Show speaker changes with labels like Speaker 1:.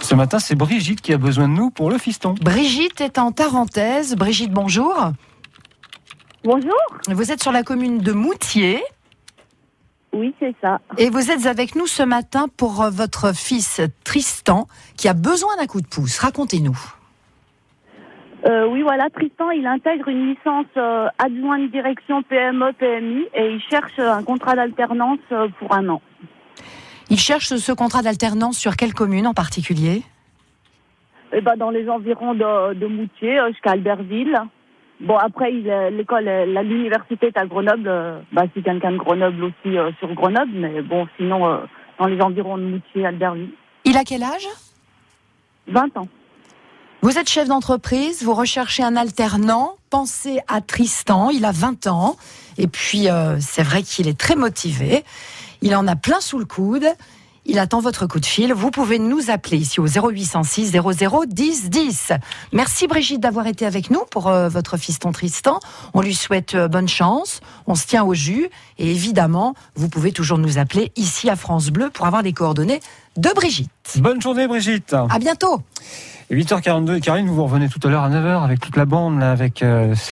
Speaker 1: Ce matin, c'est Brigitte qui a besoin de nous pour le fiston.
Speaker 2: Brigitte est en Tarentaise. Brigitte, bonjour.
Speaker 3: Bonjour.
Speaker 2: Vous êtes sur la commune de Moutier
Speaker 3: Oui, c'est ça.
Speaker 2: et vous êtes avec nous ce matin pour euh, votre fils Tristan qui a besoin d'un coup de pouce. Racontez-nous.
Speaker 3: Euh, oui, voilà, Tristan, il intègre une licence euh, adjointe direction E, PME PMI et il cherche euh, un contrat d'alternance euh, pour un an.
Speaker 2: Il cherche ce- ce contrat d'alternance sur quelle commune en particulier
Speaker 3: Et ben dans les environs de, de Moutier euh, jusqu'à Albertville. Bon, après, il est- l'école, est- la- l'université est à Grenoble. euh, Bah, c'est quelqu'un de Grenoble aussi euh, sur Grenoble, mais bon, sinon euh, dans les environs de Moutier, Albertville,
Speaker 2: Il a quel âge
Speaker 3: 20 ans.
Speaker 2: Vous êtes chef d'entreprise, vous recherchez un alternant, pensez à Tristan, il a 20 ans, et puis euh, c'est vrai qu'il est très motivé, il en a plein sous le coude, il attend votre coup de fil, vous pouvez nous appeler ici au 0806 00 10 10. Merci Brigitte d'avoir été avec nous pour euh, votre fiston Tristan, on lui souhaite euh, bonne chance, on se tient au jus, et évidemment, vous pouvez toujours nous appeler ici à France Bleu pour avoir les coordonnées de Brigitte.
Speaker 1: Bonne journée, Brigitte.
Speaker 2: À bientôt
Speaker 1: Et 8h42, Karine, vous revenez tout à l'heure à 9h avec toute la bande, là, avec euh,